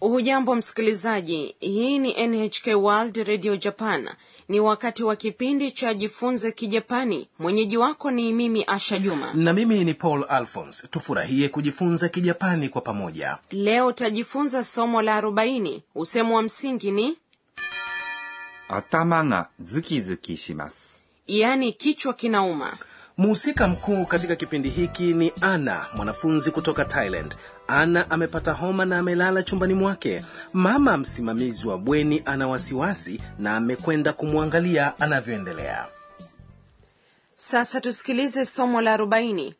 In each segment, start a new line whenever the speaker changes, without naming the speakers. Hujambo msikilizaji, hii ni NHK World Radio Japan. Ni wakati wa kipindi cha Jifunze Kijapani. Mwenyeji wako ni mimi Asha Juma.
na mimi ni paul alphons tufurahie kujifunza kijapani kwa pamoja
Leo utajifunza somo la 40. Usemo wa msingi ni
頭がズキズキします。
yaani, kichwa kinauma.
mhusika mkuu katika kipindi hiki ni ana mwanafunzi kutoka thailand ana amepata homa na amelala chumbani mwake mama msimamizi wa bweni ana wasiwasi na amekwenda kumwangalia anavyoendelea
Sasa tusikilize somo la 40.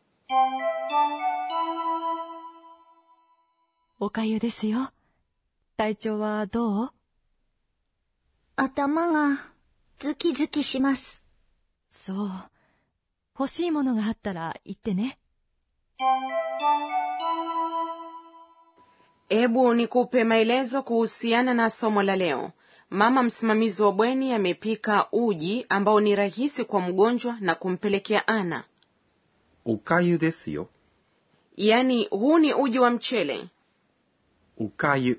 おかゆですよ。体調はどう
頭がズキズキします。
そう。欲しいものがあったら言ってね。
Ebu nikupe maelezo kuhusiana na somo la leo. Mama msimamizi wa bweni amepika uji ambao ni rahisi kwa mgonjwa na kumpelekea Ana.
おかゆですよ。
Yaani, huu ni uji wa mchele,
おかゆ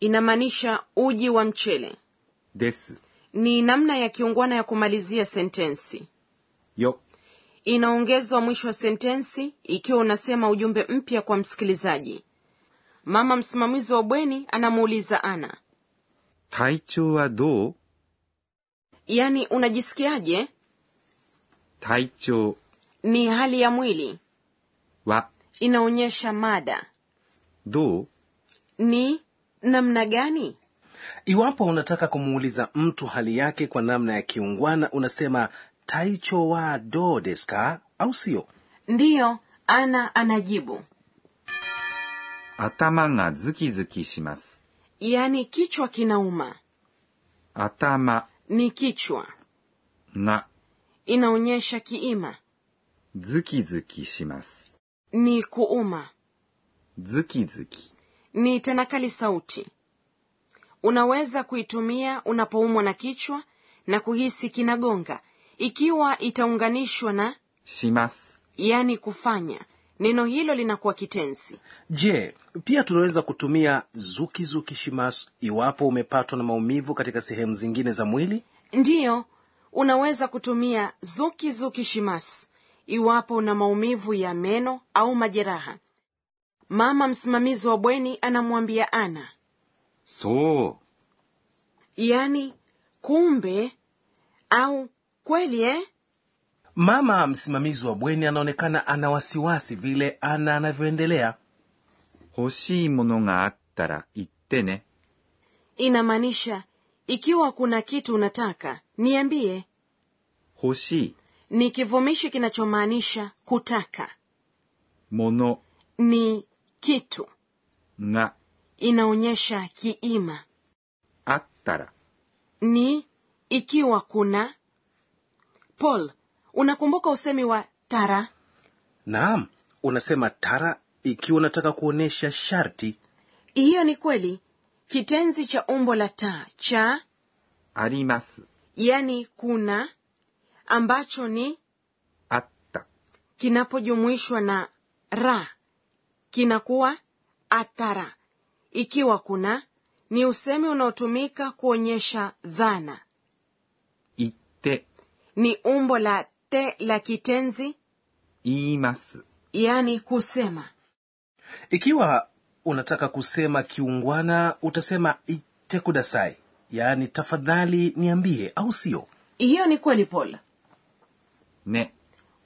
inamaanisha uji wa mchele.
です。
Ni namna ya kiungwana ya kumalizia sentensi,
よ。
inaongezwa mwisho wa sentensi ikiwa unasema ujumbe mpya kwa msikilizaji. Mama msimamizi wa bweni anamuuliza Ana,
体調はどう
yaani unajisikiaje?
体調
Ni hali ya mwili,
は
inaonyesha mada
どう
ni namna gani.
iwapo unataka kumuuliza mtu hali yake kwa namna ya kiungwana unasema taicho wa do desu ka au sio
Ndiyo, Ana anajibu,
頭がズキズキします。
yaani kichwa kinauma.
頭
Ni kichwa,
が
inaonyesha kiima,
ズキズキします。
ni kuuma.
ズキズキ。
ni tanakali sauti. Unaweza kuitumia unapoumwa na kichwa na kuhisi kinagonga, ikiwa itaunganishwa na
します。
yani kufanya. Neno hilo linakuwa kitenzi.
je pia tunaweza kutumia zukizuki shimasu iwapo umepatwa na maumivu katika sehemu zingine za mwili
Ndiyo, unaweza kutumia zuki zuki shimasu iwapo una maumivu ya meno au majeraha. Mama msimamizi wa bweni anamwambia Ana,
そ
yani kumbe au kweli eh?
mama msimamizi wa bweni anaonekana ana wasiwasi vile ana anavyoendelea
う。欲しいものがあったら言ってね。
inamaanisha ikiwa kuna kitu unataka niambie.
欲しい
Ni kivumishi kinachomaanisha kutaka,
もの
ni kitu,
が
inaonyesha kiima,
あったら
ni ikiwa kuna. Paul, unakumbuka usemi wa tara?
naam unasema tara ikiwa unataka kuonyesha sharti
Hiyo ni kweli. Kitenzi cha umbo la ta cha,
あります。
yani kuna, ambacho ni
あった。
kinapojumuishwa na ra kinakuwa atara. Ikiwa kuna ni usemi unaotumika kuonyesha dhana,
言って、
ni umbo la te la kitenzi,
言います。
yani kusema.
ikiwa unataka kusema kiungwana utasema ite kudasai yaani tafadhali niambie au sio
Hiyo ni kweli, Paul.
ね。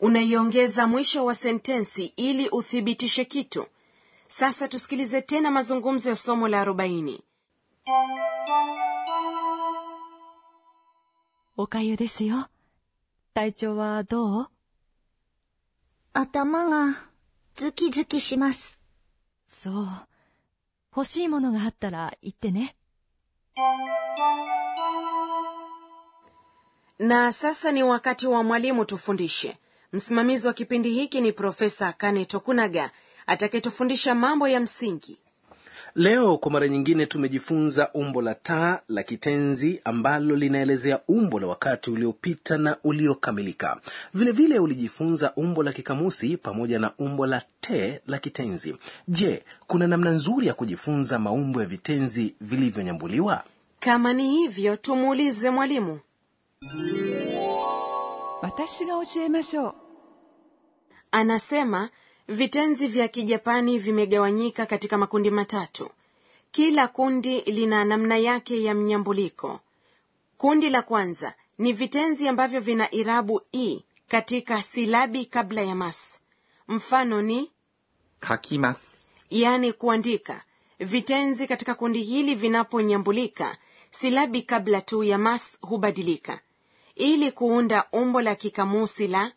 Unaiongeza mwisho wa sentensi ili uthibitishe kitu. Sasa tusikilize tena mazungumzo ya somo la arobaini.
おかゆですよ。体調はどう
頭がズキズキします。
そう。欲しいものがあったら言ってね。
Na sasa ni wakati wa mwalimu tufundishe. Msimamizi wa kipindi hiki ni Profesa Kane Tokunaga atakayetufundisha mambo ya msingi.
leo kwa mara nyingine tumejifunza umbo la taa la kitenzi ambalo linaelezea umbo la wakati uliopita na uliokamilika vilevile vile ulijifunza umbo la kikamusi pamoja na umbo la te la kitenzi je kuna namna nzuri ya kujifunza maumbo ya vitenzi vilivyonyambuliwa
kama ni hivyo tumuulize mwalimu
私が教えましょう。
anasema vitenzi vya kijapani vimegawanyika katika makundi matatu kila kundi lina namna yake ya mnyambuliko kundi la kwanza ni vitenzi ambavyo vina irabu i katika silabi kabla ya mas mfano ni
書きます。
yaani kuandika vitenzi katika kundi hili vinaponyambulika silabi kabla tu ya mas hubadilika ili kuunda umbo la kikamusi la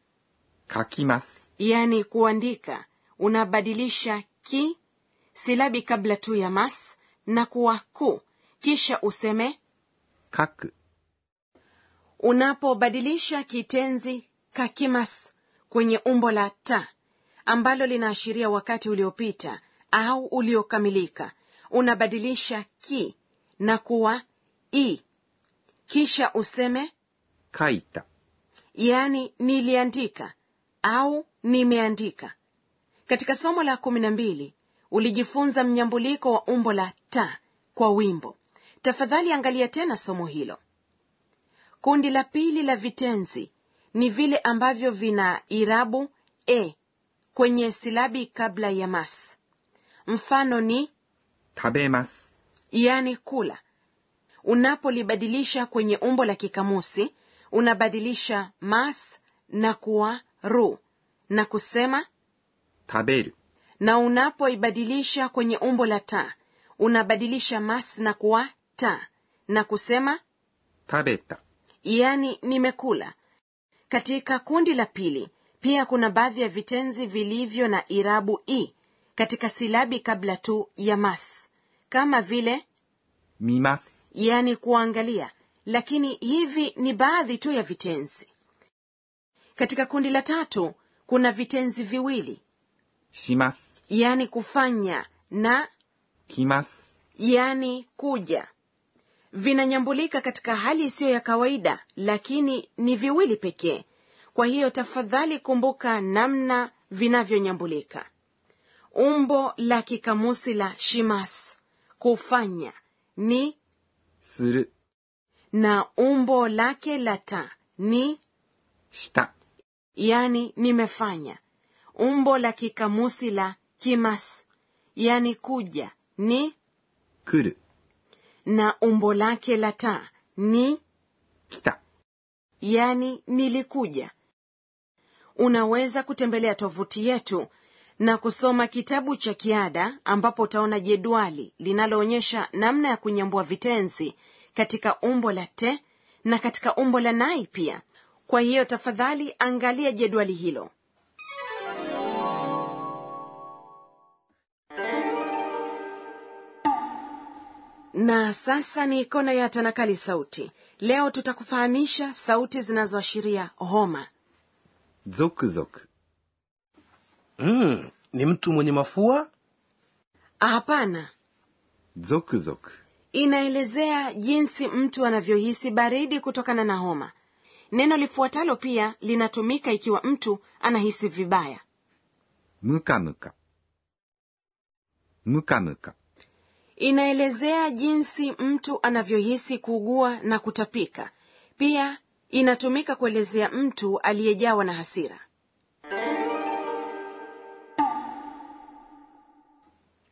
書きます。
yaani kuandika unabadilisha ki silabi kabla tu ya mas na kuwa ku kisha useme
書く。
unapobadilisha kitenzi kakimas kwenye umbo la ta ambalo linaashiria wakati uliopita au uliokamilika unabadilisha ki na kuwa i kisha useme
書いた。
yaani niliandika au nimeandika katika somo la kumi na mbili ulijifunza mnyambuliko wa umbo la ta kwa wimbo tafadhali angalia tena somo hilo kundi la pili la vitenzi ni vile ambavyo vina irabu e kwenye silabi kabla ya mas mfano ni
食べます。
yani Yaani kula unapolibadilisha kwenye umbo la kikamusi unabadilisha mas na kuwa ru na kusema
食べる。
na unapoibadilisha kwenye umbo la ta unabadilisha mas na kuwa ta na kusema
食べた。
yani nimekula katika kundi la pili pia kuna baadhi ya vitenzi vilivyo na irabu i katika silabi kabla tu ya mas kama vile
見ます。
yani yaani kuangalia lakini hivi ni baadhi tu ya vitenzi katika kundi la tatu kuna vitenzi viwili
します。
yani kufanya na
来ます。
yani kuja vinanyambulika katika hali isiyo ya kawaida lakini ni viwili pekee kwa hiyo tafadhali kumbuka namna vinavyonyambulika umbo la kikamusi la shimas kufanya ni
する。
na umbo lake la ta ni
した。
yani nimefanya umbo la kikamusi la kimas yani kuja ni
来る。
na umbo lake la ta ni
来た。
yani Yaani, nilikuja unaweza kutembelea tovuti yetu na kusoma kitabu cha kiada ambapo utaona jedwali linaloonyesha namna ya kunyambua vitenzi katika umbo la te na katika umbo la nai pia kwa hiyo tafadhali angalia jedwali hilo な sasa ni kona ya tanakali sauti leo tutakufahamisha sauti zinazoashiria homa
ゾクゾク。
mm, ni mtu mwenye mafua
hapana
ゾクゾク。
inaelezea jinsi mtu anavyohisi baridi kutokana na homa neno lifuatalo pia linatumika ikiwa mtu anahisi vibaya
ムカムカ。ムカムカ。
inaelezea jinsi mtu anavyohisi kuugua na kutapika pia inatumika kuelezea mtu aliyejawa na hasira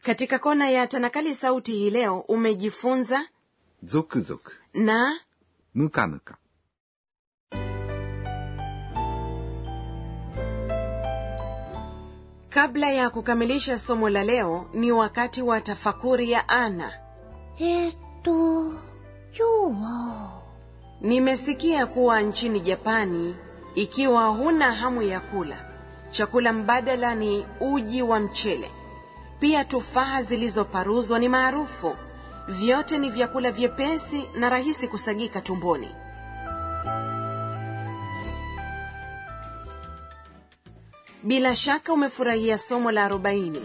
katika kona ya tanakali sauti hii leo umejifunza
ゾクゾク。
na
ムカムカ。
kabla ya kukamilisha somo la leo ni wakati wa tafakuri ya ana
えー、っと、今日は、
nimesikia kuwa nchini japani ikiwa huna hamu ya kula chakula mbadala ni uji wa mchele pia tufaha zilizoparuzwa ni maarufu vyote ni vyakula vyepesi na rahisi kusagika tumboni bila shaka umefurahia somo la 40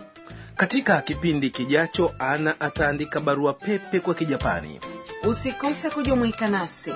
katika kipindi kijacho ana ataandika barua pepe kwa kijapani
usikose kujumuika nasi